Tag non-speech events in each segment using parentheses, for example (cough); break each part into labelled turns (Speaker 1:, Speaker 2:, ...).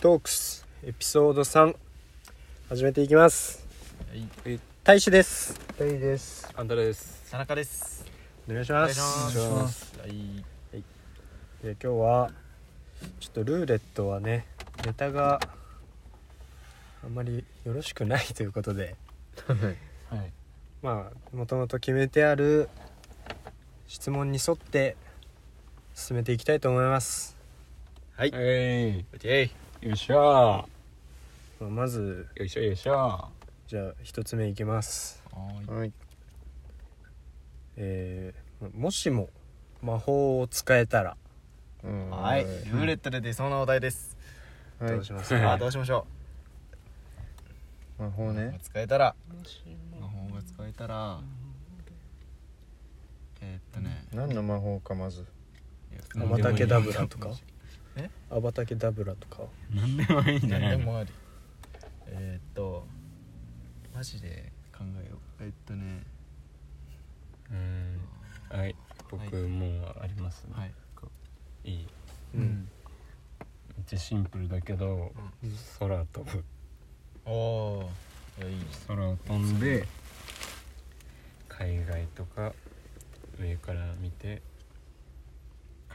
Speaker 1: トークスエピソード3始めていきます
Speaker 2: はい、
Speaker 1: 大志です
Speaker 3: 二人です。
Speaker 2: アンダレです。。
Speaker 3: 田中です。
Speaker 1: お願いします
Speaker 3: お願いします
Speaker 2: はい、
Speaker 1: で今日はちょっとルーレットはねネタがあんまりよろしくない (laughs) ということで
Speaker 2: はい、
Speaker 1: まあもともと決めてある質問に沿って進めていきたいと思います、
Speaker 3: はい。
Speaker 2: は、い、
Speaker 3: オッケ
Speaker 2: よいしょ
Speaker 1: まあまず
Speaker 2: よいしょよいしょ。は
Speaker 1: じゃあ一つ目いきます
Speaker 2: い
Speaker 3: ー。はい。
Speaker 1: えーもしも魔法を使えたら
Speaker 3: うん
Speaker 4: はい、ルーレットで出そうなお題です。
Speaker 3: は
Speaker 1: ど。
Speaker 3: いう
Speaker 1: しますか、
Speaker 2: はい
Speaker 4: あーどうしましょ
Speaker 3: 魔法
Speaker 4: う。
Speaker 3: ね。
Speaker 4: 使えたら。魔法が使えたら。えーっとね。
Speaker 3: 何の魔法かまず。
Speaker 1: アバタケダブラとか
Speaker 4: え
Speaker 1: アバタケダブラとか
Speaker 2: なんでもいいんじゃな
Speaker 4: 何で
Speaker 2: いの。
Speaker 4: もあり。えーっと。マジで考えよう。えーっとね。
Speaker 2: うん、はい、僕もうあります、ね
Speaker 4: はい。
Speaker 2: い。いい。
Speaker 1: うん、
Speaker 2: めっちゃシンプルだけど、空飛ぶ。
Speaker 4: おおー。いやいいね。
Speaker 2: 空を飛んで。海外とか。上から見て。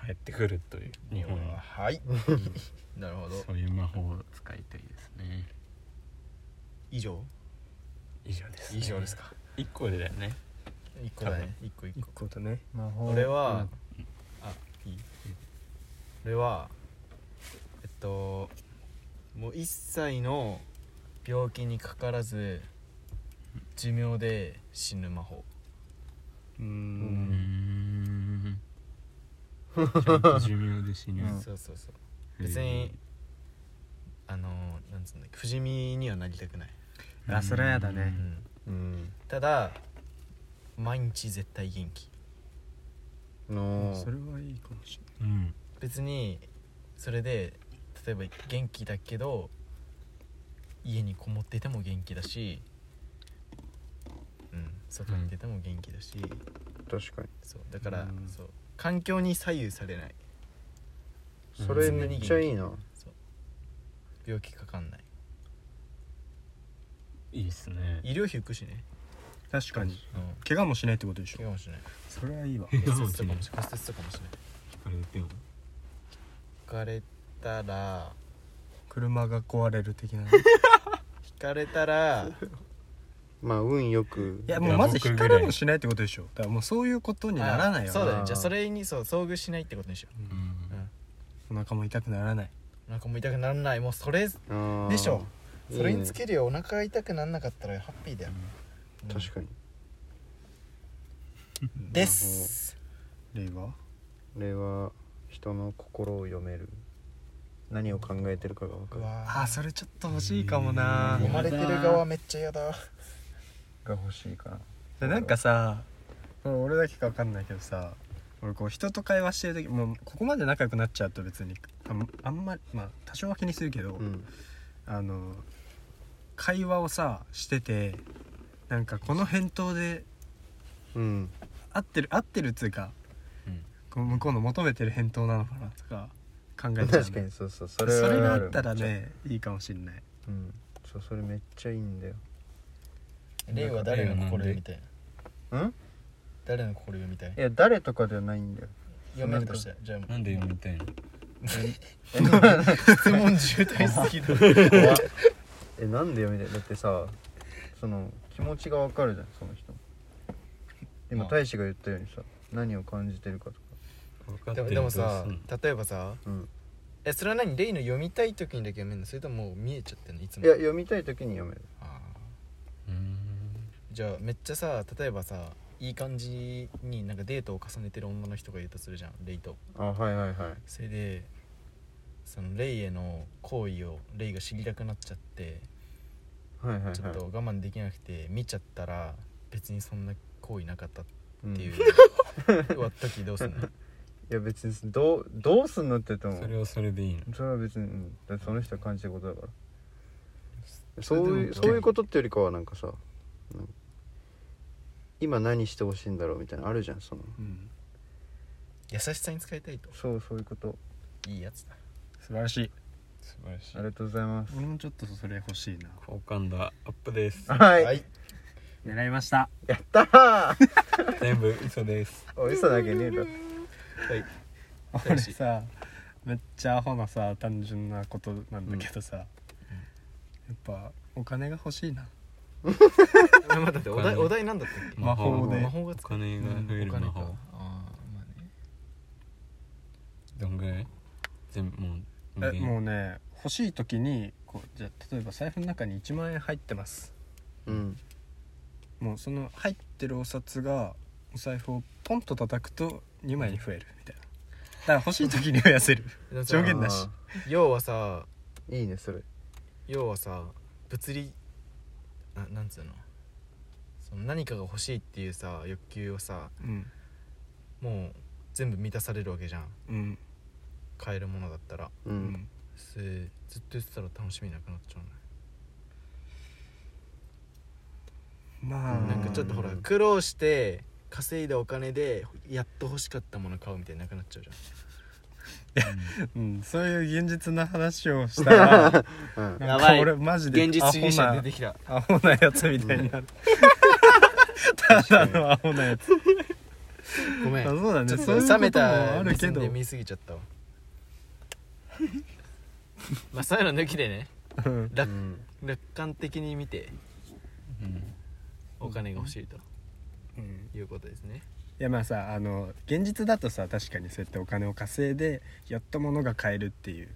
Speaker 2: 帰ってくるという日本
Speaker 4: うわ
Speaker 2: は。
Speaker 4: はい。 (laughs) なるほど。
Speaker 2: そういう魔法を使いたいですね。
Speaker 4: 以上。
Speaker 2: 以上です、
Speaker 4: 以上です。か。
Speaker 2: 一個でだよね。
Speaker 4: 一個だね。一個一
Speaker 1: 一
Speaker 4: 個。
Speaker 1: 個とね
Speaker 3: 魔法。
Speaker 4: 俺。は。あ、いい。俺は。えっと。もう一切の病気にかからず寿命で死ぬ魔法
Speaker 1: う
Speaker 2: うんん。ちゃんと寿命で死ぬ。
Speaker 3: うん
Speaker 4: そうそうそう別にあのーなんつうんだっけ不死身にはなりたくない、
Speaker 1: あそれはやだ
Speaker 4: う
Speaker 1: ね
Speaker 4: ん、
Speaker 3: うん。
Speaker 4: ただ毎日絶対元気
Speaker 3: の。
Speaker 1: それはいいかもし
Speaker 2: うん。
Speaker 4: 別にそれで例えば元気だけど家にこもってても元気だしうん外に出ても元気だし、
Speaker 3: 確かに。
Speaker 4: そうだから、
Speaker 1: うん
Speaker 4: そう環境に左右されない
Speaker 3: それめっちゃいいな。
Speaker 4: そう病気かかんない
Speaker 2: いいっすね。
Speaker 4: 医療費浮くしね、
Speaker 1: れない確かに
Speaker 4: うん、
Speaker 1: 怪我もしないってことでし
Speaker 4: 怪
Speaker 1: ょ
Speaker 4: 我もしない
Speaker 1: それはいいわ
Speaker 2: え
Speaker 4: 骨折とかもし骨折とかもしない
Speaker 2: あれでも。
Speaker 4: 引かれたら
Speaker 1: 車が壊れる的ない (laughs)
Speaker 4: 引かれたら
Speaker 3: まあ運よく。
Speaker 1: やもうまず光るもしないってことでしょだからもうそういうことにならないよ
Speaker 4: あそうだ
Speaker 3: あ
Speaker 4: ね
Speaker 3: ー
Speaker 4: じゃあそれにそう遭遇しないってことにしよ
Speaker 2: う。
Speaker 4: う、うんん、
Speaker 1: お腹も痛くならない
Speaker 4: お腹も痛くならないもうそれ
Speaker 3: あー
Speaker 4: でしょ
Speaker 3: いいね
Speaker 4: それにつけるよお腹が痛くならなかったらハッピーだよ、うん
Speaker 3: 確かに。
Speaker 4: (laughs) です
Speaker 1: 例は
Speaker 3: 俺は。人の心を読める。何を考えてるかがわか
Speaker 4: う
Speaker 3: る。
Speaker 1: あ
Speaker 4: わ
Speaker 1: ーそれちょっと欲しいかもな
Speaker 4: ー
Speaker 2: う
Speaker 4: 飲
Speaker 2: ん
Speaker 4: まれてる側めっちゃ嫌だ
Speaker 3: が欲しいかな。
Speaker 1: でなんかさこれ俺だけか分かんないけどさ俺こう人と会話してる時もうここまで仲良くなっちゃうと別にあんあんまりまあ多少は気にするけど、
Speaker 3: うん。
Speaker 1: あの会話をさしててなんかこの返答で
Speaker 4: (laughs)
Speaker 3: うん。
Speaker 1: 合ってる合ってるっつうかこう向こうの求めてる返答なのかなとか考えちゃう
Speaker 3: 確かにそうそう。そ
Speaker 1: そ
Speaker 3: れ
Speaker 1: れ
Speaker 3: はる
Speaker 1: があったら。ねいいかもしんない
Speaker 3: うん。そうそれめっちゃいいんだよ。
Speaker 4: レイは誰の心読みたい
Speaker 3: うん。
Speaker 4: 誰の心読みたい
Speaker 3: いや誰とかではないんだよ
Speaker 4: 読めるとしたらじゃあ
Speaker 2: なんで読みたいの。
Speaker 4: 質問渋滞すぎだ (laughs)
Speaker 3: えなんで読めないだってさその気持ちがわかるじゃんその人今
Speaker 4: まあ
Speaker 3: 大使が言ったようにさ何を感じてるかとか
Speaker 2: 分か
Speaker 4: でもでもさ例えばさ
Speaker 3: うん
Speaker 4: えそれは何レイの読みたい時にだけ読めるのそれとももう見えちゃってんのいつも
Speaker 3: いや読みたい時に読める
Speaker 4: あーじゃあめっちゃさ例えばさいい感じになんかデートを重ねてる女の人がいるとするじゃんレイと
Speaker 3: あはいはいはい
Speaker 4: それでそのレイへの好意をレイが知りたくなっちゃって
Speaker 3: はいはいはい
Speaker 4: ちょっと我慢できなくて見ちゃったら別にそんな好意なかったっ
Speaker 3: うん
Speaker 4: てい、
Speaker 3: いう
Speaker 4: 終わった時どうすんの
Speaker 3: や別にどうどうすんのって言っても
Speaker 2: それはそれでいいの。
Speaker 3: それは別に、うん、だってその人が感じてることだから
Speaker 2: そ
Speaker 3: そ
Speaker 2: れ
Speaker 3: う
Speaker 2: でも
Speaker 3: いうそういうことってよりかはなんかさなんか今何してほしいんだろうみたいなのあるじゃんその
Speaker 1: うん
Speaker 4: 優しさに使いたいと
Speaker 3: そうそういうこと
Speaker 4: いいやつだ
Speaker 1: 素晴らしい
Speaker 2: 素晴らしい
Speaker 3: りがとうございます
Speaker 1: 俺もちょっとそれ欲しいな
Speaker 2: 好感度アップです
Speaker 3: はい、
Speaker 4: はい
Speaker 1: 狙いました
Speaker 3: やったー
Speaker 2: 全部嘘です
Speaker 3: お嘘だけねえだろ
Speaker 4: はい
Speaker 1: 俺さめっちゃアホなさ単純なことなんだけどさ、やっぱお金が欲しいな
Speaker 4: あ待って待ってお題お題なんだったっけ
Speaker 1: 魔法で
Speaker 4: 魔法が
Speaker 2: お
Speaker 4: つく
Speaker 2: 金が増える
Speaker 4: お金
Speaker 2: 魔
Speaker 4: か
Speaker 2: 法
Speaker 4: あーまあね
Speaker 2: どんぐらい全部もう無
Speaker 1: え
Speaker 2: 限
Speaker 1: もうね欲しい時にこうじゃあ例えば財布の中に1万円入ってます
Speaker 3: うん
Speaker 1: もうその入ってるお札がお財布をポンと叩くと2枚に増えるみたいなだから欲しい時に増やせる
Speaker 4: だって
Speaker 1: 上限なし
Speaker 4: 要はさ
Speaker 3: あーいいねそれ
Speaker 4: 要はさ物理ななんつうのその何かが欲しいっていうさ欲求をさ
Speaker 1: うん
Speaker 4: もう全部満たされるわけじゃん
Speaker 1: うん
Speaker 4: 買えるものだったら
Speaker 3: う
Speaker 1: うんん
Speaker 4: すずっと言ってたら楽しみなくなっちゃうね
Speaker 1: まあ
Speaker 4: なんかちょっとほら苦労して稼いだお金でやっと欲しかったもの買うみたいになくなっちゃうじゃん
Speaker 1: うん、そういう現実な話をしたら
Speaker 3: う
Speaker 1: な
Speaker 3: ん
Speaker 1: ん
Speaker 4: (laughs) やば
Speaker 1: か
Speaker 4: い
Speaker 1: 俺マジでアホな
Speaker 4: きた
Speaker 1: アホなやつみたいになる、 (laughs) ただのアホなやつ
Speaker 4: ごめ
Speaker 1: あ
Speaker 4: んち
Speaker 1: そうだね
Speaker 4: ょっ
Speaker 1: そうい
Speaker 4: と
Speaker 1: うこ
Speaker 4: 冷め
Speaker 1: ともある
Speaker 4: た目
Speaker 1: け
Speaker 4: 線
Speaker 1: ど
Speaker 4: で見すぎちゃったわまあそういうの抜きでね
Speaker 1: うん
Speaker 4: 楽
Speaker 3: うん
Speaker 4: 楽観的に見て
Speaker 2: うん
Speaker 4: お金が欲しいと
Speaker 1: うん
Speaker 4: いうことですね
Speaker 1: いやまあさあの現実だとさ確かにそうやってお金を稼いでやっと物が買えるっていう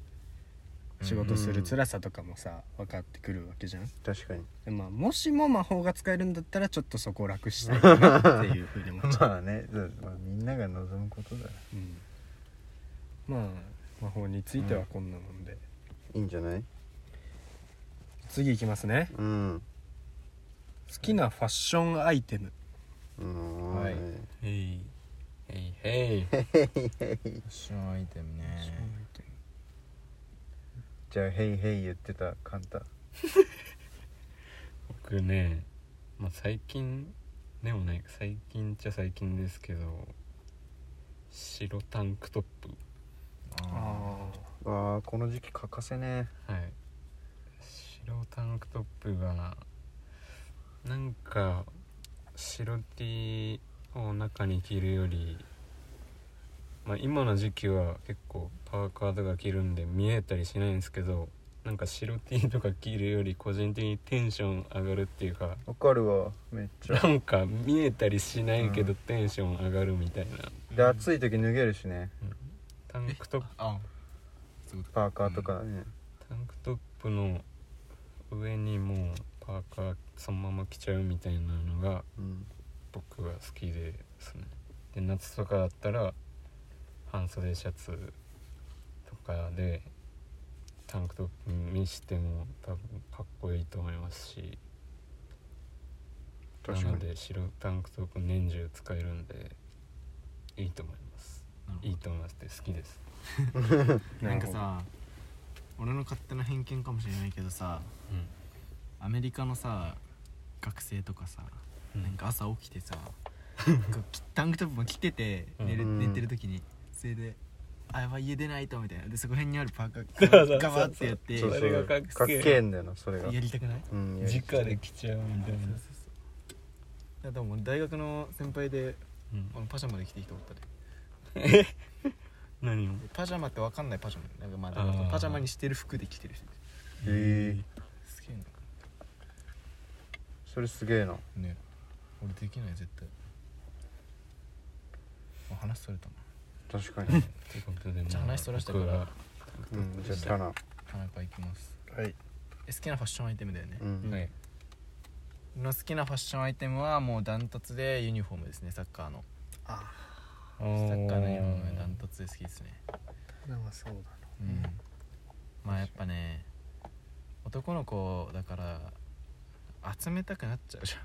Speaker 1: 仕事する辛さとかもさ分かってくるわけじゃん
Speaker 3: 確かに
Speaker 1: で、まあ、もしも魔法が使えるんだったらちょっとそこを楽したいなっていうふうに思っちゃう、
Speaker 3: まあね、そうまあ、みんなが望むことだ
Speaker 1: うん、まあ魔法についてはこんなもんで、
Speaker 3: いいんじゃない
Speaker 1: 次いきますね
Speaker 3: うん
Speaker 1: 好きなファッションアイテム
Speaker 3: うん
Speaker 4: はい
Speaker 2: へいへいへい
Speaker 4: ファッションアイテムね
Speaker 3: じゃあ「ヘイヘイ」言ってたカンタ
Speaker 2: 僕ね、まあ、最近でもね最近っちゃ最近ですけど白タンクトップ
Speaker 1: あ
Speaker 3: わあこの時期欠かせね
Speaker 2: はい白タンクトップがなんか白 T を中に着るよりまあ今の時期は結構パーカーとか着るんで見えたりしないんですけどなんか白 T とか着るより個人的にテンション上がるっていうか
Speaker 3: わかるわめっち (laughs) ゃ
Speaker 2: なんか見えたりしないけどテンション上がるみたいな、
Speaker 3: で暑い時脱げるしね
Speaker 2: タンクトップ
Speaker 4: あ
Speaker 3: パーカーとかね、
Speaker 2: タンクトップの上にもうパーカーそのまま着ちゃうみたいなのが
Speaker 3: うん、
Speaker 2: 僕は好きですねで夏とかだったら半袖シャツとかでタンクトップにしても多分かっこいいと思いますしな
Speaker 3: 確か
Speaker 2: の
Speaker 3: に
Speaker 2: で白タンクトップ年中使えるんでいいと思いますいいと思いますって好きです
Speaker 1: あ
Speaker 4: なんかさ俺の勝手な偏見かもしれないけどさ
Speaker 2: う
Speaker 4: アメリカのさ学生とかさ
Speaker 2: ん
Speaker 4: なんか朝起きてさこうきタンクトップも着てて寝る
Speaker 3: うん
Speaker 4: 寝てる時にそれで「あやばい家出ないと」みたいなでそこ辺にあるパーカ
Speaker 2: そうそうそ
Speaker 4: ー
Speaker 2: う
Speaker 4: ガバってやって
Speaker 3: そう
Speaker 2: そ
Speaker 3: そう
Speaker 2: れがか
Speaker 3: かっ
Speaker 2: っけえ
Speaker 3: けえんだよなそれが
Speaker 4: やりたくない
Speaker 3: うんやり
Speaker 2: 直で来ちゃうみたいな
Speaker 4: そうそうそういやでも大学の先輩で
Speaker 2: うん
Speaker 4: あのパジャマで着てきておったで
Speaker 2: 何を
Speaker 4: パジャマってわかんないパジャマなんかま
Speaker 2: あ
Speaker 4: だ
Speaker 2: ー
Speaker 4: パジャマにしてる服で着てる人いる
Speaker 3: ええ
Speaker 4: すげえな
Speaker 3: それすげえな
Speaker 4: ね俺できない絶対あ話それたな
Speaker 3: 確か (laughs) に
Speaker 2: ということで
Speaker 4: じゃあ
Speaker 2: ま
Speaker 4: 話そらしたから
Speaker 2: 僕は
Speaker 3: うんじゃあタナ
Speaker 4: 田中行きます
Speaker 1: はい
Speaker 4: え好きなファッションアイテムだよね
Speaker 3: う、ん、
Speaker 2: はい
Speaker 4: の好きなファッションアイテムはもうダントツでユニフォームですねサッカーの
Speaker 2: サ
Speaker 4: サッ
Speaker 2: ッ
Speaker 4: カーのユニフォームダントツで好きですね
Speaker 1: なんかそうだな
Speaker 4: うんまあやっぱね男の子だから集めたくなっちゃうじ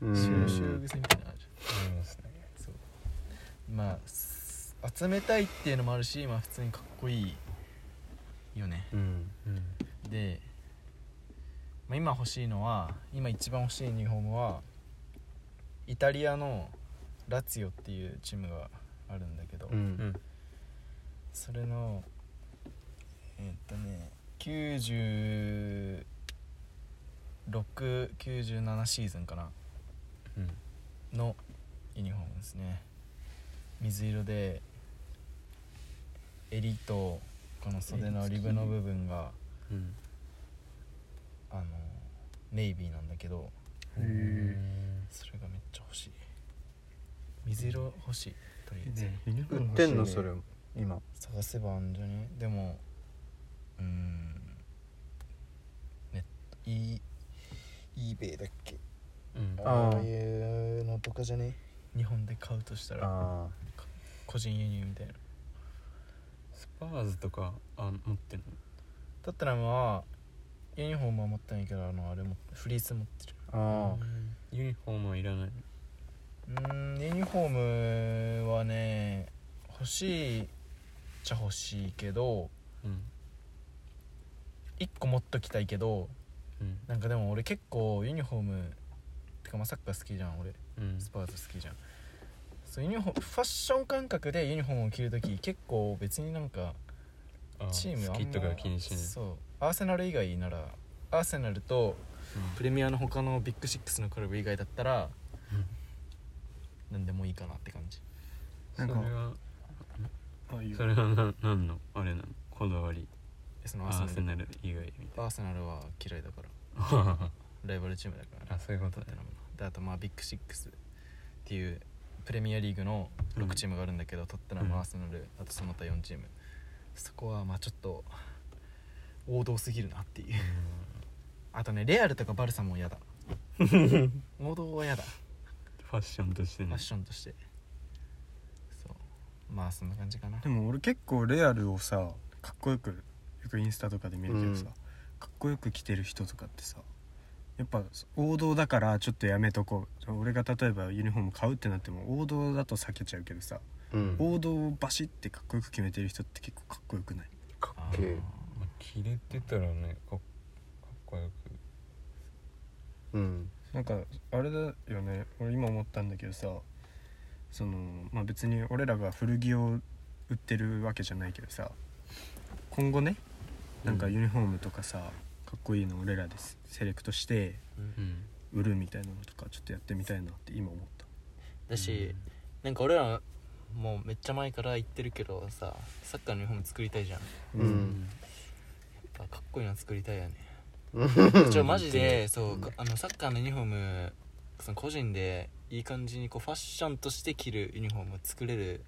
Speaker 3: う
Speaker 4: ゃん収集
Speaker 3: ん
Speaker 4: 癖みたいなのあるじ
Speaker 2: ありますね
Speaker 4: ゃんそうまあす集めたいっていうのもあるしまあ普通にかっこいいよね
Speaker 3: うん
Speaker 2: うん
Speaker 4: で、まあ、今欲しいのは今一番欲しいユニフォームはイタリアのラツィオっていうチームがあるんだけど、
Speaker 3: うん
Speaker 2: うん
Speaker 4: それのえーっとね9697シーズンかな
Speaker 2: うん
Speaker 4: のユニフォームですね水色で襟とこの袖のリブの部分が
Speaker 2: うん
Speaker 4: あのネイビーなんだけど
Speaker 1: へえ
Speaker 4: それがめっちゃ欲しい水色欲しいとりあえず
Speaker 1: ねユニフォー
Speaker 3: 売っ
Speaker 1: ム
Speaker 3: てんの
Speaker 1: 欲しいね
Speaker 3: それ今
Speaker 4: 探せばあんじゃねでもうーんネット E eBay だっけ
Speaker 2: うん
Speaker 3: あー
Speaker 4: いうのとかじゃね日本で買うとしたら
Speaker 3: あ
Speaker 4: 個人輸入みたいな
Speaker 2: スパーズとかあ持ってんの
Speaker 4: だったらまあユニフォームは持ってないけどあのあれもフリース持ってる
Speaker 3: ああ
Speaker 2: ユニフォームはいらないの
Speaker 4: うーんユニフォームはね欲しいっちゃ欲しいけど
Speaker 2: うん
Speaker 4: 1個持っときたいけど
Speaker 2: うん
Speaker 4: なんかでも俺結構ユニフォームてかまあサッカー好きじゃん俺
Speaker 2: うん
Speaker 4: スパーズ好きじゃんそうユニフォームファッション感覚でユニフォームを着るとき結構別になんか
Speaker 2: あー
Speaker 4: チームあんま
Speaker 2: 好きとか気にしない
Speaker 4: そうアーセナル以外ならアーセナルとプレミアの他のビッグシックスのクラブ以外だったら何でもいいかなって感じ
Speaker 1: な
Speaker 2: う
Speaker 1: んん
Speaker 2: そ
Speaker 1: か
Speaker 2: れは
Speaker 1: あいいよ
Speaker 2: それはな何のあれなのこだわり
Speaker 4: えそ
Speaker 2: ア
Speaker 4: のアー
Speaker 2: ーセ
Speaker 4: セナ
Speaker 2: ナ
Speaker 4: ル
Speaker 2: ル以外みたい
Speaker 4: アーセナルは嫌いだから
Speaker 2: な
Speaker 4: ライバルチームだから
Speaker 2: あそういうこと
Speaker 4: だ
Speaker 2: ね
Speaker 4: であとまあビッグシックスっていうプレミアリーグの
Speaker 2: うん
Speaker 4: 6チームがあるんだけど、トッテナム
Speaker 2: うん
Speaker 4: アーセナルあとその他4チームそこはまあちょっと王道すぎるなっていうあとねレアルとかバルサも嫌だ王道は嫌だ
Speaker 2: ファッションとして
Speaker 4: ファ
Speaker 2: ね
Speaker 4: ッションとしてそうまあそんな感じかな
Speaker 1: でも俺結構レアルをさかっこよくよくインスタとかで見るけどさ、
Speaker 3: うん
Speaker 1: かっこよく着てる人とかってさやっぱ王道だからちょっとやめとこう俺が例えばユニフォーム買うってなっても王道だと避けちゃうけどさ
Speaker 3: うん
Speaker 1: 王道をバシってかっこよく決めてる人って結構かっこよくない
Speaker 3: か
Speaker 4: あ
Speaker 3: っけえ
Speaker 4: ー
Speaker 2: まあ着れてたらねかっかっこよく
Speaker 3: うん
Speaker 1: なんかあれだよね俺今思ったんだけどさそのまあ別に俺らが古着を売ってるわけじゃないけどさ今後ねなんかユニフォームとかさ、かっこいいの俺らですセレクトして
Speaker 2: うん
Speaker 1: 売るみたいなのとかちょっとやってみたいなって今思った
Speaker 4: だしなんか俺らもうめっちゃ前から言ってるけどさサッカーの日本も作りたいじゃん
Speaker 3: う
Speaker 2: うんん
Speaker 4: やっぱかっこいいの作りたいよね
Speaker 3: うん
Speaker 4: ちょマジでそう、かあのサッカーのユニフォームその個人でいい感じにこうファッションとして着るユニフォームを作れる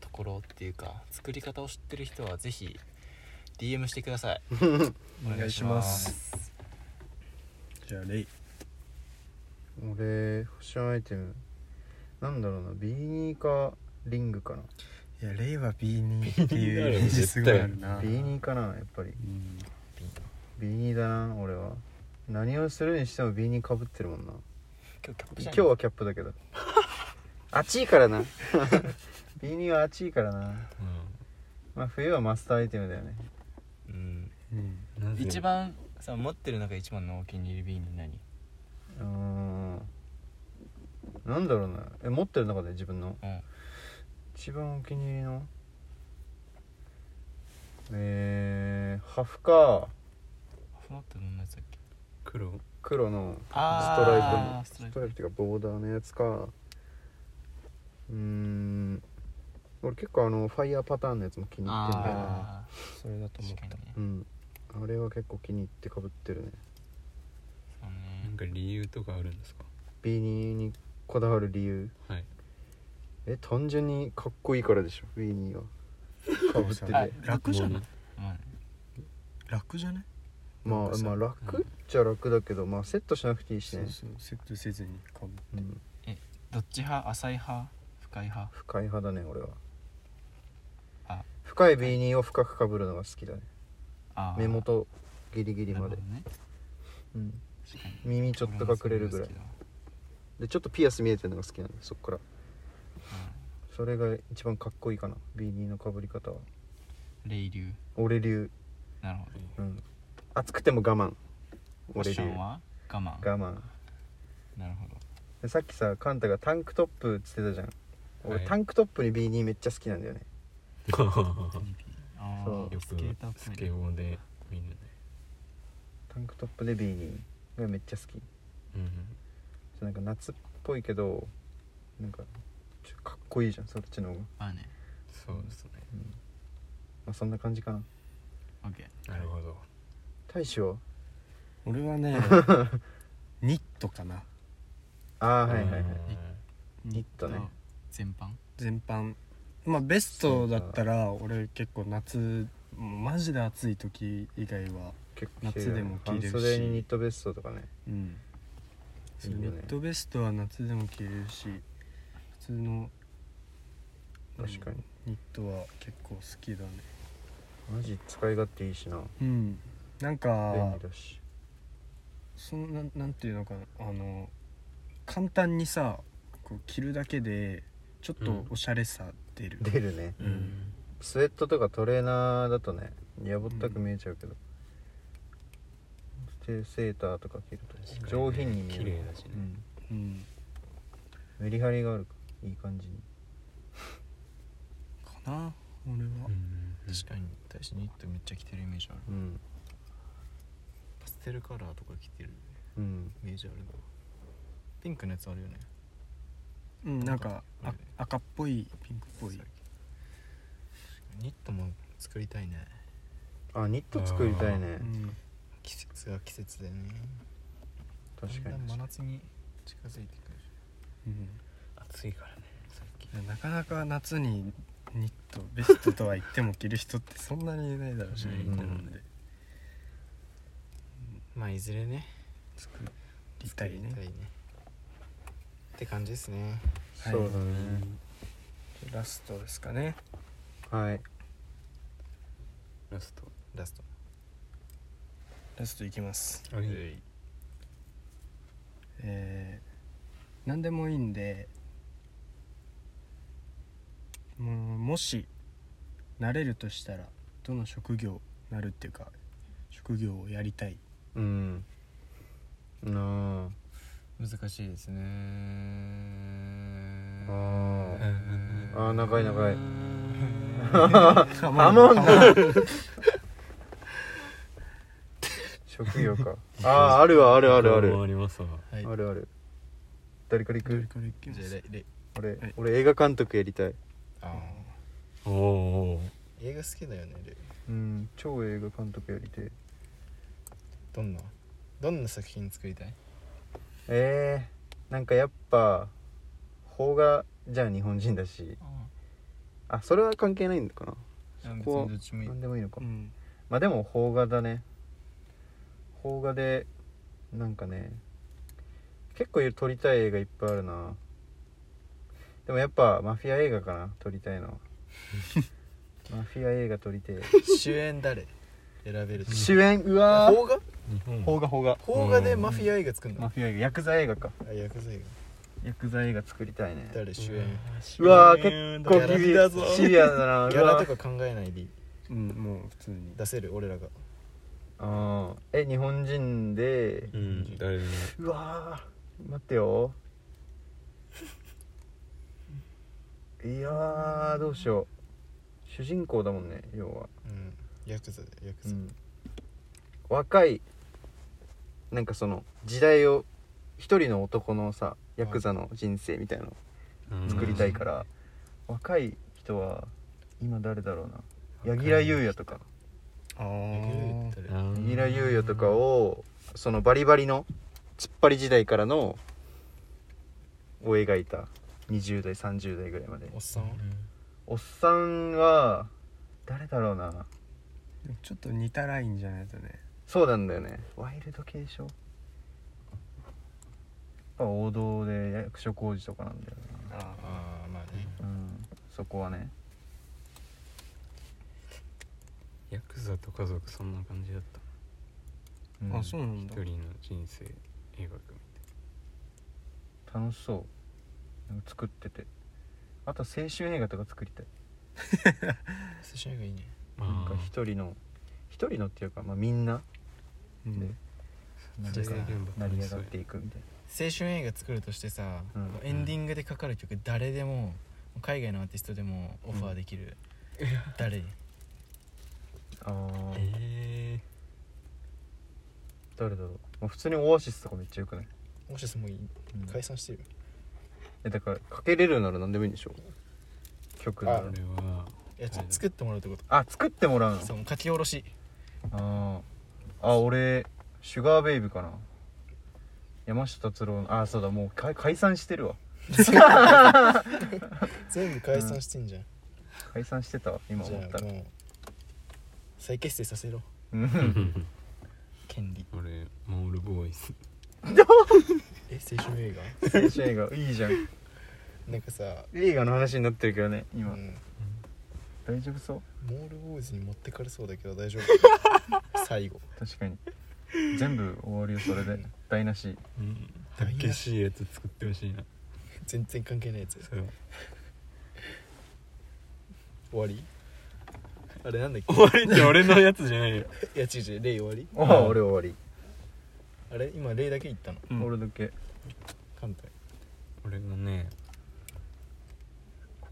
Speaker 4: ところっていうか作り方を知ってる人はぜひ DM してください
Speaker 1: お願いしますじゃあレイ
Speaker 3: (laughs) 俺ファッションアイテムなんだろうなビーニーかリングかない
Speaker 1: やレイは B にって
Speaker 2: ビーニーあ
Speaker 1: いう
Speaker 2: るよ
Speaker 1: イメージすごいあるな
Speaker 3: ビーニーかなやっぱり
Speaker 1: うん
Speaker 3: ビーニーだな俺は何をするにしてもビーニーかぶってるもんな
Speaker 4: 今日キャップじゃ
Speaker 3: 今
Speaker 4: ん
Speaker 3: 日はキャップだけど (laughs) 暑いからな (laughs) ビーニーは暑いからなまあ冬はマスターアイテムだよね
Speaker 4: うん
Speaker 1: うん
Speaker 2: うんなぜ
Speaker 4: 一番さ持ってる中で一番のお気に入りビーニー何
Speaker 3: うーんなんだろうなえ持ってる中で自分の
Speaker 4: うん
Speaker 3: 一番お気に入りのえー、ハフか
Speaker 4: ハフナってどんなやつだっけ
Speaker 2: 黒
Speaker 3: 黒の
Speaker 4: あー
Speaker 3: ス
Speaker 4: ス
Speaker 3: ト
Speaker 4: トラ
Speaker 3: ラ
Speaker 4: イプ
Speaker 3: イプっていうかボーダーのやつかうーん俺結構あのファイヤーパターンのやつも気に入ってんだよな
Speaker 4: あ
Speaker 1: それだと
Speaker 4: ー
Speaker 1: 思っ
Speaker 4: 確かに
Speaker 1: た
Speaker 4: ね
Speaker 3: うんあれは結構気に入ってかぶってるね
Speaker 4: そう
Speaker 2: な
Speaker 4: ね
Speaker 2: んか理由とかあるんですか
Speaker 3: ビーニーにこだわる理由
Speaker 2: はい
Speaker 3: え単純にかっこいいからでしょビーニーはかぶってて
Speaker 4: はい
Speaker 1: 楽じゃない
Speaker 4: まあね
Speaker 1: 楽じゃない
Speaker 3: ま
Speaker 1: なん
Speaker 3: あ
Speaker 1: かさ
Speaker 3: まあ楽っちゃ楽だけど、まあセットしなくていいし
Speaker 1: そ
Speaker 3: ね
Speaker 1: うそうセットせずにかぶって
Speaker 3: うん、
Speaker 4: どっち派浅い派深い派
Speaker 3: 深い派だね俺は
Speaker 4: あ
Speaker 3: 深いビーニーを深くかぶるのが好きだね
Speaker 4: あー
Speaker 3: 目元ギリギリま
Speaker 4: な
Speaker 3: で
Speaker 4: る、ほどね
Speaker 3: うん、
Speaker 4: 確かに
Speaker 3: 耳ちょっと隠れるぐらいでちょっとピアス見えてるのが好きなのそっからそれが一番かっこいいかなビーニーのかぶり方は
Speaker 4: 霊流
Speaker 3: 俺流、
Speaker 4: なるほど
Speaker 3: うん、熱くても我慢
Speaker 4: ファッ
Speaker 3: 俺
Speaker 4: シ
Speaker 3: 流
Speaker 4: ョンは我慢
Speaker 3: 我慢
Speaker 4: なるほど
Speaker 3: でさっきさカンタがタンクトップっつってたじゃん俺、
Speaker 2: はい
Speaker 3: タンクトップにビーニーめっちゃ好きなんだよね
Speaker 2: よ
Speaker 4: ああ
Speaker 3: そう
Speaker 2: く
Speaker 4: スケーターっ
Speaker 2: ス
Speaker 4: ぽい
Speaker 2: ケボーで見るね
Speaker 3: タンクトップでビーニーがめっちゃ好き
Speaker 2: うん
Speaker 3: なんか夏っぽいけどなんかちょかっこいいじゃんそっちの方が、
Speaker 4: まあね
Speaker 2: そうですね
Speaker 3: うんまあそんな感じかな
Speaker 4: OK
Speaker 2: なるほど
Speaker 3: 大使は
Speaker 1: 俺は
Speaker 3: (laughs)
Speaker 1: ねニットかな
Speaker 3: ああはいはいはい
Speaker 4: ニッ
Speaker 3: トね
Speaker 4: 全般
Speaker 1: 全般まあベストだったら俺結構夏もうマジで暑い時以外は
Speaker 3: 結構着て
Speaker 1: 夏でも着れるし
Speaker 3: 半袖にニットベストとかね
Speaker 1: うんそう
Speaker 3: いい
Speaker 1: ニ
Speaker 3: よ
Speaker 1: ッ
Speaker 3: ね
Speaker 1: トベストは夏でも着れるし普通の
Speaker 3: 確かに
Speaker 1: うんニットは結構好きだね
Speaker 3: マジ使い勝手いいしな
Speaker 1: うんなん
Speaker 3: 便
Speaker 1: か
Speaker 3: 利だし
Speaker 1: そんななんていうのかなあの簡単にさこう着るだけでちょっとおしゃれさ出る、
Speaker 3: 出るね
Speaker 2: う
Speaker 1: うんん
Speaker 3: スウェットとかトレーナーだとねやぼったく見えちゃうけど、でセーターとか着ると上品に見え
Speaker 2: 綺
Speaker 3: る、
Speaker 2: 麗だしね
Speaker 3: うん、
Speaker 1: うん、
Speaker 3: メリハリがあるいい感じに
Speaker 1: かな俺は、
Speaker 4: 確かに大してニットめっちゃ着てるイメージある
Speaker 3: うん
Speaker 4: パステルカラーとか着てる
Speaker 3: うん
Speaker 4: イメージあるなピンクのやつあるよね
Speaker 1: うん、なんかあ
Speaker 4: これ
Speaker 1: 赤っぽいピンクっぽい
Speaker 4: ニットも作りたいね
Speaker 3: あニット作りたいね
Speaker 1: うん
Speaker 4: 季節は季節だよね
Speaker 3: 確か
Speaker 4: だ
Speaker 3: に
Speaker 4: んだん真夏に近づいてくる
Speaker 1: うん
Speaker 2: 暑いからね最近
Speaker 1: いやなかなか夏にニットベストとは言っても着る人ってそんなにいないだろうしね、
Speaker 2: うん
Speaker 1: 日本で
Speaker 2: まあいずれね
Speaker 1: 作りたいね
Speaker 2: 作りって感じですね
Speaker 1: はい
Speaker 3: そうだね
Speaker 1: ラストですかね
Speaker 3: はい
Speaker 2: ラスト
Speaker 4: ラスト
Speaker 1: ラストいきます
Speaker 2: はい
Speaker 1: えー、何でもいいんでもうもしなれるとしたらどの職業なるっていうか職業をやりたい
Speaker 3: うんな
Speaker 4: 難しいですね
Speaker 3: ああーあー長い
Speaker 4: (laughs)
Speaker 3: 長い (laughs)
Speaker 1: カ
Speaker 3: あ
Speaker 1: モ
Speaker 3: も
Speaker 1: ン
Speaker 3: んだ職
Speaker 1: (laughs)
Speaker 3: 業かあああるわあるあるある
Speaker 2: ありますわ
Speaker 4: はい
Speaker 3: あるある誰から行
Speaker 1: これ
Speaker 3: く
Speaker 1: これいきま
Speaker 4: じゃあ
Speaker 1: す
Speaker 4: レレ
Speaker 3: 俺
Speaker 1: はい
Speaker 3: 俺映画監督やりたい
Speaker 4: あ
Speaker 2: おお
Speaker 4: ー映画好きだよねレ
Speaker 3: うん超映画監督やりたい
Speaker 4: どんなどんな作品作りたい
Speaker 3: えー、なんかやっぱ邦画じゃあ日本人だし
Speaker 4: あ
Speaker 3: あそれは関係ないのかな
Speaker 4: 別に
Speaker 3: こは
Speaker 4: どっちもいい
Speaker 3: 何でもいいのか
Speaker 1: うん
Speaker 3: まあでも邦画だね邦画でなんかね結構撮りたい映画いっぱいあるなでもやっぱマフィア映画かな撮りた
Speaker 4: (laughs)
Speaker 3: いのはマフィア映画撮りてえ
Speaker 4: 主演誰選べると
Speaker 3: 主演うわー
Speaker 4: 邦画
Speaker 2: 日本
Speaker 3: 邦画邦画
Speaker 4: 邦画でマフィア映画作る
Speaker 3: マ
Speaker 4: の
Speaker 3: フィア映画ヤクザ映画か
Speaker 4: あ薬剤が
Speaker 3: ヤクザ映画作りたいね
Speaker 4: 誰主演
Speaker 3: うわー結構
Speaker 4: ギャラ
Speaker 3: ギ
Speaker 4: だぞ
Speaker 3: リシビアだな
Speaker 4: ギ
Speaker 3: う
Speaker 4: ャラ
Speaker 3: わ
Speaker 4: と
Speaker 3: ー
Speaker 4: か考えないでいい
Speaker 1: うんもう普通に
Speaker 4: 出せる俺らが
Speaker 3: あーえ日本人で
Speaker 2: うん誰でも
Speaker 3: うわー待って
Speaker 2: (laughs)
Speaker 3: よいやーどうしよう主人公だもんね要は、
Speaker 4: うんヤクザだよヤクザ、
Speaker 3: 若いなんかその時代を一人の男のさヤクザの人生みたいなの
Speaker 2: うん
Speaker 3: 作りたいから、若い人は今誰だろうな柳楽優弥とか
Speaker 1: あ
Speaker 4: え
Speaker 1: あ
Speaker 4: 誰
Speaker 2: うん
Speaker 3: 柳楽優弥とかをそのバリバリの突っ張り時代からのを描いた20代30代ぐらいまで
Speaker 4: おっさんは
Speaker 3: おっさんは誰だろうな
Speaker 1: ちょっと似たラインじゃないとね
Speaker 3: そうなんだよねワイルド系でしょやっぱ王道で役所広司とかなんだよ
Speaker 1: あ
Speaker 4: ああまあね
Speaker 3: なうんそこはね
Speaker 2: ヤクザと家族そんな感じだった
Speaker 1: あそうなん
Speaker 2: 一
Speaker 1: だ
Speaker 2: 人の人生映画組
Speaker 3: 楽しそうなんか作っててあと青春映画とか作りたい
Speaker 4: 寿司屋がいいね
Speaker 3: なんか一人の一人のっていうか、まあ、みんな
Speaker 1: うん
Speaker 3: なん
Speaker 4: じゃ
Speaker 3: か
Speaker 4: あ
Speaker 3: さ成り上がっていくみたい
Speaker 4: 青春映画作るとしてさ、
Speaker 3: うん
Speaker 4: エンディングでかかる曲誰でも海外のアーティストでもオファーできる、誰に
Speaker 3: なあー
Speaker 2: ええ
Speaker 3: 誰だろう、まあ、普通にオアシスとかめっちゃよくない、
Speaker 4: もしもういい解散してる
Speaker 3: えだからかけれるなら何でもいいんでしょ曲なら
Speaker 2: これは
Speaker 4: えちょっと作ってもらうってこと
Speaker 3: あ作ってもらうの
Speaker 4: そうもう書き下ろし
Speaker 3: あーあ俺シュガーベイブかな山下達郎のあそうだもうか解散してるわ
Speaker 4: 全部解散してんじゃん、
Speaker 3: 解散してたわ今
Speaker 4: じ
Speaker 3: 思
Speaker 4: ゃ
Speaker 3: った
Speaker 4: あ
Speaker 3: ら
Speaker 4: もう再結成させろ
Speaker 3: うん (laughs)
Speaker 4: 権利
Speaker 2: 俺モールボーイズ
Speaker 4: え青春映 (laughs) 画
Speaker 3: 青春映画いいじゃん
Speaker 4: なんかさ、
Speaker 3: 映画の話になってるけどね
Speaker 4: う
Speaker 3: 今、
Speaker 4: ん、
Speaker 3: 大丈夫そう
Speaker 4: モールボーイズに持ってかれそうだけど大丈 (laughs) 夫最後
Speaker 3: 確かに全部終わるよそれで台無し
Speaker 2: うん激しいやつ作ってほしいな
Speaker 4: 全然関係ないやつ
Speaker 2: そう
Speaker 4: 終わりあれなんだっ
Speaker 2: 終わりって俺のやつじゃないよ
Speaker 4: けいや違う違うレイ終わり
Speaker 3: ああ俺終わり、
Speaker 4: あれ今レイだけ言ったの
Speaker 1: うん
Speaker 3: 俺だけ
Speaker 4: 艦隊
Speaker 2: 俺がね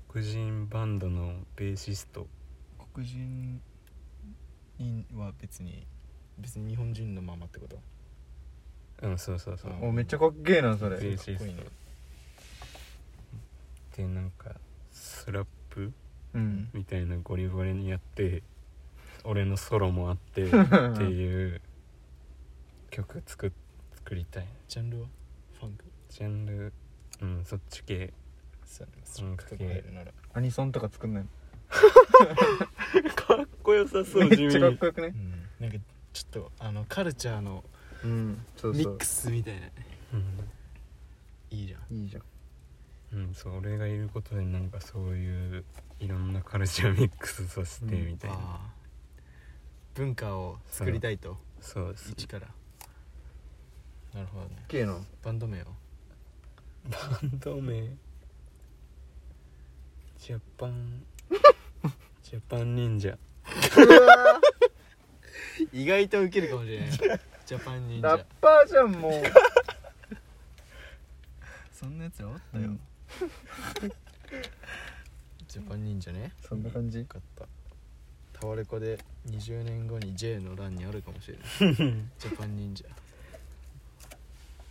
Speaker 2: 黒人バンドのベーシスト
Speaker 4: 黒人には別に別に日本人のままってこと
Speaker 2: うんそうそうそう
Speaker 3: おめっちゃかっけえなそれ
Speaker 2: ベー
Speaker 4: かっ
Speaker 2: シ
Speaker 4: こいい
Speaker 2: ス
Speaker 4: ね
Speaker 2: トでなんかスラップ
Speaker 3: うん
Speaker 2: みたいなゴリゴリにやって俺のソロもあ (laughs) ってっていう曲作っ作りたい
Speaker 4: ジャンルはファンク
Speaker 2: ジャンルうんそっち系
Speaker 4: そうねス
Speaker 2: ファンク
Speaker 4: トップ入るなら
Speaker 3: (laughs) アニソンとか作んない
Speaker 2: かっこよさそう
Speaker 3: のめっちゃかっこよくな
Speaker 4: う
Speaker 3: い
Speaker 4: んなんかちょっとあのカルチャーの
Speaker 3: うんそう
Speaker 4: ミ
Speaker 3: そ
Speaker 4: ッ
Speaker 3: う
Speaker 4: クスみたいな
Speaker 2: う
Speaker 4: いいじゃん
Speaker 3: いいじゃん
Speaker 2: ん、うん、そう俺がいることでなんかそういういろんなカルチャーミックスさせてみたいな、
Speaker 4: あー文化を作りたいと
Speaker 2: そうです
Speaker 4: 一からなるほどね
Speaker 3: かっけえな
Speaker 4: バンド名を
Speaker 2: バンド名ジャパ (laughs) ンジャパン忍者
Speaker 4: 意外とウケるかもしれないジャパン忍
Speaker 3: ラ
Speaker 4: 者
Speaker 3: ッパーじゃんもう
Speaker 4: (laughs) そんなやつらおったよ、
Speaker 3: うん
Speaker 4: ジャパン忍者ね
Speaker 3: そんな感じ
Speaker 4: よかったタワレコで20年後に J の欄にあるかもしれないジャパン忍者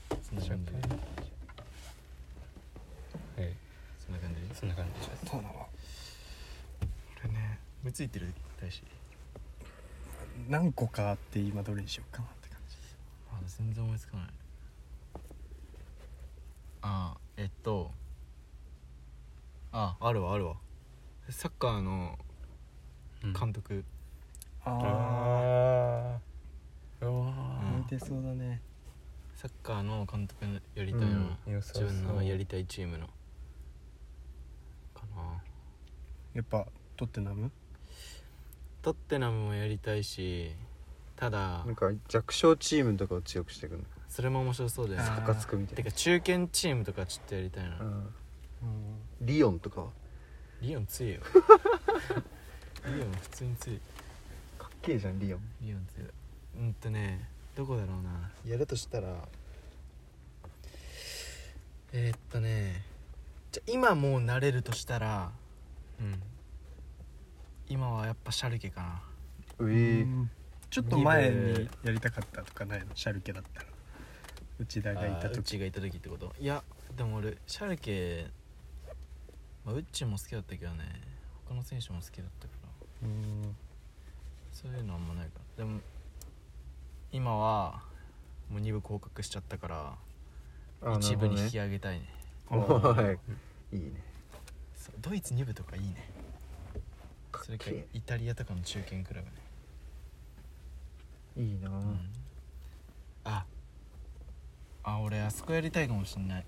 Speaker 4: そんな感じで
Speaker 2: はい
Speaker 4: そんな感じ
Speaker 2: そんな感じです
Speaker 1: そうなの
Speaker 4: これね目ついてる大使
Speaker 1: 何個かあって今どれにしようかなって感じ
Speaker 4: あ全然思いつかないあえっとああるわあるわサッカーの
Speaker 2: うん
Speaker 4: 監督、
Speaker 1: あ
Speaker 2: ああ
Speaker 1: あ
Speaker 4: ー
Speaker 1: 向いてそうだね
Speaker 4: サッカーの監督のやりたいの、
Speaker 2: うん良さ
Speaker 4: 自
Speaker 2: そう
Speaker 4: 分のやりたいチームのかな
Speaker 1: やっぱトッテナム
Speaker 4: トッテナムもやりたいしただ
Speaker 3: なんか弱小チームとかを強くしていくの
Speaker 4: それも面白そうだよ
Speaker 1: あ
Speaker 3: ム
Speaker 4: ね
Speaker 3: カつくみた
Speaker 4: て
Speaker 3: い
Speaker 4: か中堅チームとかちょっとやりたいな、
Speaker 3: なうん
Speaker 1: うん
Speaker 3: リオンとかは
Speaker 4: リオン (laughs) 強いよリオン普通に強い
Speaker 3: かっけえじゃんリオン
Speaker 4: リオン強いうんとねどこだろうなやるとしたらえーっとねじゃ今もう慣れるとしたら
Speaker 2: うん
Speaker 4: 今はやっぱシャルケかな
Speaker 3: うえ
Speaker 1: ちょっと前にやりたかったとかないのシャルケだったら内田がい
Speaker 4: あ
Speaker 1: た
Speaker 4: ーウッチ
Speaker 1: 時
Speaker 4: がいた時ってこといやでも俺シャルケ、まあ、ウッチも好きだったけどね他の選手も好きだったから
Speaker 1: うん
Speaker 4: そういうのあんまないからでも今はもう2部降格しちゃったから
Speaker 3: あ
Speaker 4: 一部に引き
Speaker 3: 上
Speaker 4: 上げたいね
Speaker 3: おいいいね
Speaker 4: そうドイツ2部とかいいね
Speaker 3: かっ
Speaker 4: それか
Speaker 3: け
Speaker 4: イタリアとかの中堅クラブね、
Speaker 3: えいいな
Speaker 4: うんああ俺あそこやりたいかもしんない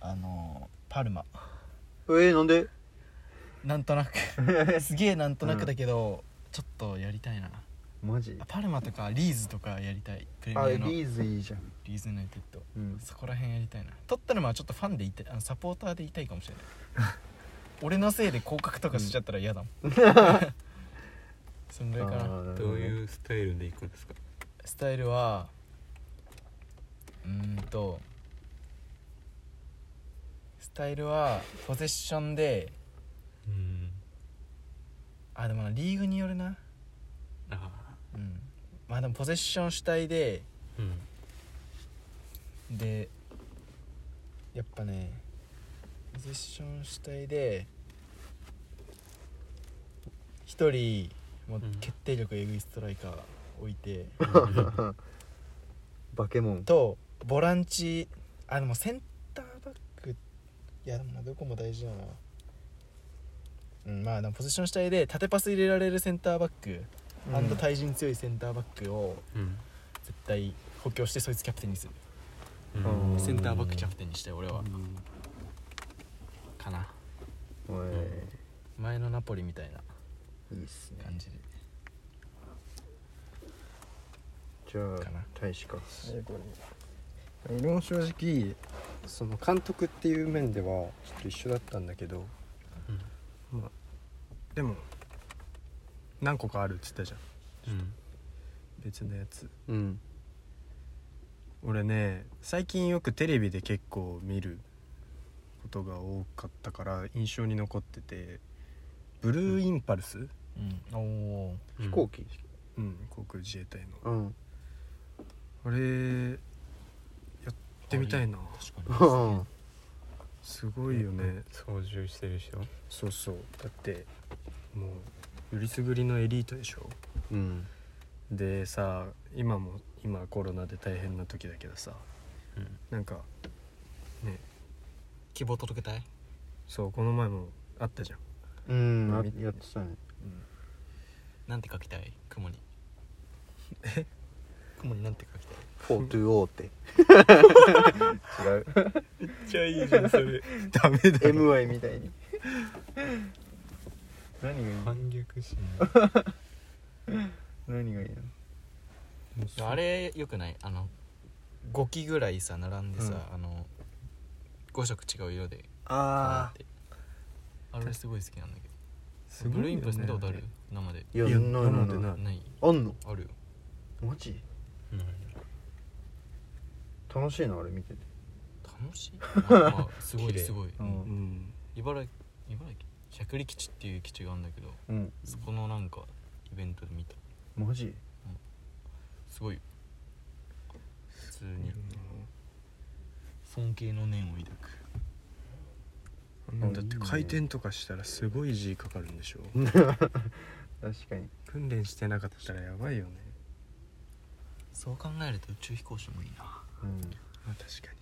Speaker 4: あのーパルマ
Speaker 3: うえなんで
Speaker 4: なんとなく
Speaker 3: (laughs)
Speaker 4: すげえなんとなくだけど、ちょっとやりたいな
Speaker 3: マジ
Speaker 4: あパルマとかリーズとかやりたいプレミ
Speaker 3: あ
Speaker 4: ア
Speaker 3: リ
Speaker 4: のリ
Speaker 3: ーズいいじゃん
Speaker 4: ーズナイテッド
Speaker 3: うん
Speaker 4: そこら辺やりたいなトッテナムはちょっとファンでいてあのサポーターでいたいかもしれない俺のせいで降格とかしちゃったら嫌だもん、そんぐらいかな
Speaker 2: どう
Speaker 3: う
Speaker 2: いうスタイルでいくんですか
Speaker 4: スタイルはうーんとスタイルはポゼッションで
Speaker 2: うん
Speaker 4: あでもなリーグによるな
Speaker 2: あ
Speaker 4: うんまあでもポゼッション主体で
Speaker 2: うん
Speaker 4: でやっぱねポゼッション主体で一人もう
Speaker 2: うん
Speaker 4: 決定力エグいストライカー置いて、
Speaker 3: バケモン
Speaker 4: とボランチあでもセンターバックいやでもなどこも大事だなうんまあでもポジション主体で縦パス入れられるセンターバック、アンド対人強いセンターバックを
Speaker 2: うん
Speaker 4: 絶対補強してそいつキャプテンにする
Speaker 1: うん
Speaker 4: センターバックキャプテンにして俺は、かな
Speaker 3: お
Speaker 4: 前のナポリみたいない
Speaker 3: いいっすね
Speaker 4: 感じで
Speaker 3: じゃあ
Speaker 4: かな
Speaker 3: 大使か
Speaker 1: 最後に俺も正直その監督っていう面ではちょっと一緒だったんだけど、まあでも何個かあるっつったじゃん
Speaker 2: うん
Speaker 1: 別のやつ
Speaker 3: うん
Speaker 1: 俺ね最近よくテレビで結構見ることが多かったから印象に残っててブルーインパルス、うん
Speaker 4: うんおお
Speaker 2: うん
Speaker 3: 飛行機
Speaker 1: 航空自衛隊の
Speaker 3: うん
Speaker 1: あれやってみたいな
Speaker 4: 確か
Speaker 3: うん
Speaker 1: すごいよね
Speaker 2: 操縦してる人
Speaker 1: そうそうだってもうよりすぐりのエリートでしょ
Speaker 3: うん
Speaker 1: でさ今も今コロナで大変な時だけどさ
Speaker 2: うん
Speaker 1: なんかね
Speaker 4: に (laughs) 希望届けたい
Speaker 1: そうこの前もあったじゃん
Speaker 3: うんあ (laughs) やってたね
Speaker 4: なんて書きたい雲に (laughs) え雲になんて書きたい
Speaker 3: フォートゥオーって違う
Speaker 4: めっちゃいいじゃんそれ
Speaker 1: ダメだ
Speaker 3: MY みたいに何がいいの
Speaker 2: 反逆心
Speaker 3: 何がいいの
Speaker 4: あれよくないあの5機ぐらいさ並んでさ、あの5色違う色で並
Speaker 3: あ
Speaker 4: んであれすごい好きなんだけど、
Speaker 1: すご
Speaker 4: ブ
Speaker 1: いよね
Speaker 4: ルーインパルス見たことある生で
Speaker 3: いや
Speaker 1: いや
Speaker 3: ないない
Speaker 1: 生で
Speaker 3: ない
Speaker 1: ない
Speaker 4: ない
Speaker 3: あんの
Speaker 4: あるよ
Speaker 3: マジ
Speaker 2: うん
Speaker 3: 楽しいのあれ見てて
Speaker 4: 楽しいまあすご
Speaker 2: 綺
Speaker 4: い
Speaker 2: 麗
Speaker 4: すごい
Speaker 1: うん
Speaker 4: 茨城茨城百里基地っていう基地があるんだけど
Speaker 3: うん
Speaker 4: そこのなんかイベントで見た
Speaker 3: マジ
Speaker 4: すごいよ普通に尊敬の念を抱く
Speaker 1: だって回転とかしたらすごい G かかるん (laughs) でしょ
Speaker 3: 確かに
Speaker 1: 訓練してなかったらやばいよね
Speaker 4: そう考えると宇宙飛行士もいいな
Speaker 3: うん
Speaker 1: まあ確かに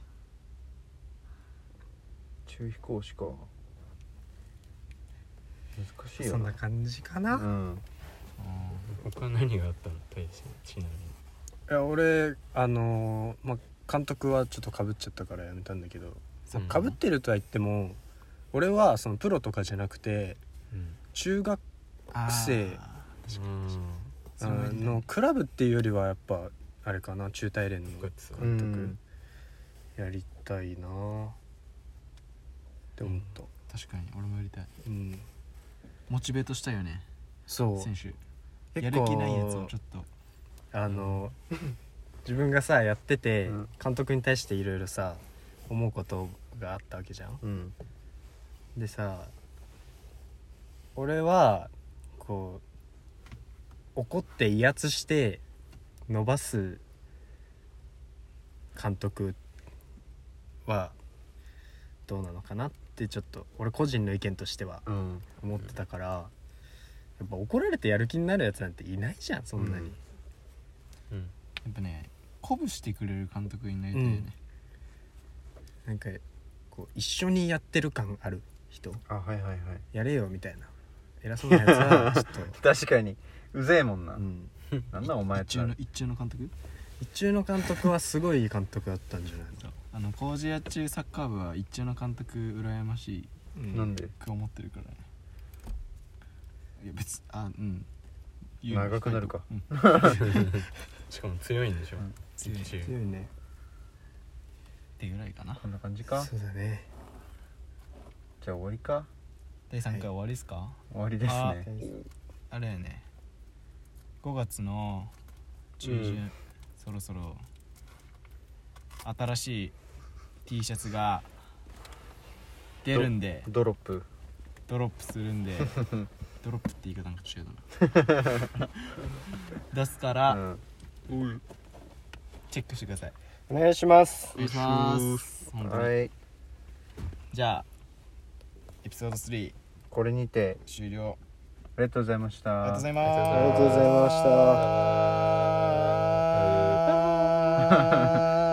Speaker 3: 中飛行士か難しいよ
Speaker 1: そんな感じかな、
Speaker 3: う
Speaker 1: い
Speaker 3: ん
Speaker 2: 他何があったの大使ちな
Speaker 1: や俺あのーまあ監督はちょっとかぶっちゃったからやめたんだけど
Speaker 2: みに
Speaker 1: かぶってるとは言っても俺はそのプロとかじゃなくて
Speaker 2: うん
Speaker 1: 中学生
Speaker 2: うん
Speaker 1: あのクラブっていうよりはやっぱあれかな中大連の
Speaker 2: 部活
Speaker 1: 監督やりたいなあって思った、
Speaker 4: 確かに俺もやりたい
Speaker 1: うん、
Speaker 4: モチベートしたいよね
Speaker 1: そう
Speaker 4: 選手
Speaker 1: 結構
Speaker 4: やる気ないやつをちょっと
Speaker 1: あの自分がさやってて、
Speaker 3: うん
Speaker 1: 監督に対していろいろさ思うことがあったわけじゃん
Speaker 3: うん
Speaker 1: でさ俺はこう怒って威圧して伸ばす監督はどうなのかなってちょっと俺個人の意見としては
Speaker 3: うん
Speaker 1: 思ってたから、やっぱ怒られてやる気になるやつなんていないじゃんそんなに、
Speaker 2: うん (laughs)
Speaker 4: やっぱね鼓舞してくれる監督になりたいよね、
Speaker 1: なんかこう一緒にやってる感ある人
Speaker 3: あはいはいはい
Speaker 1: やれよみたいな偉そうなやつはちょっと
Speaker 3: 確かにうぜえもんな
Speaker 1: うん
Speaker 3: なんなんお前っ
Speaker 4: 一
Speaker 3: て
Speaker 4: 中
Speaker 3: な
Speaker 4: の
Speaker 3: る
Speaker 4: 一中の監督
Speaker 1: 一中の監督はすごいいい監督だったんじゃないの
Speaker 4: あの工事屋中サッカー部は一中の監督羨ましい
Speaker 3: なんで
Speaker 4: く思ってるからねいや別あうん
Speaker 3: 長くなるか
Speaker 4: うん
Speaker 2: しかも強いんでしょ
Speaker 3: うん
Speaker 4: 強いっ
Speaker 2: 一応
Speaker 1: 強いね
Speaker 4: てぐらいかな
Speaker 3: こんな感じか
Speaker 1: そうだね
Speaker 3: じゃあ終わりか
Speaker 4: 第3回終わりですか、
Speaker 3: 終わりです
Speaker 4: あ
Speaker 3: ね
Speaker 4: あれやね5月の中旬、
Speaker 2: うん
Speaker 4: そろそろ新しい T シャツが出るんで
Speaker 3: ドロップ
Speaker 4: ドロップする
Speaker 3: (laughs)
Speaker 4: んで
Speaker 3: (laughs)
Speaker 4: ドロップって言い方なんか違うだろ出すか
Speaker 3: う
Speaker 4: ら、
Speaker 3: ん
Speaker 4: チェックしてください
Speaker 1: お願いします
Speaker 4: お願いします本当に
Speaker 3: はい
Speaker 4: じゃあエピソード3
Speaker 3: これにて
Speaker 4: 終了
Speaker 3: ありがとうございました
Speaker 4: ありがとうござい
Speaker 1: ありがとうござい
Speaker 4: ま
Speaker 1: ました
Speaker 4: す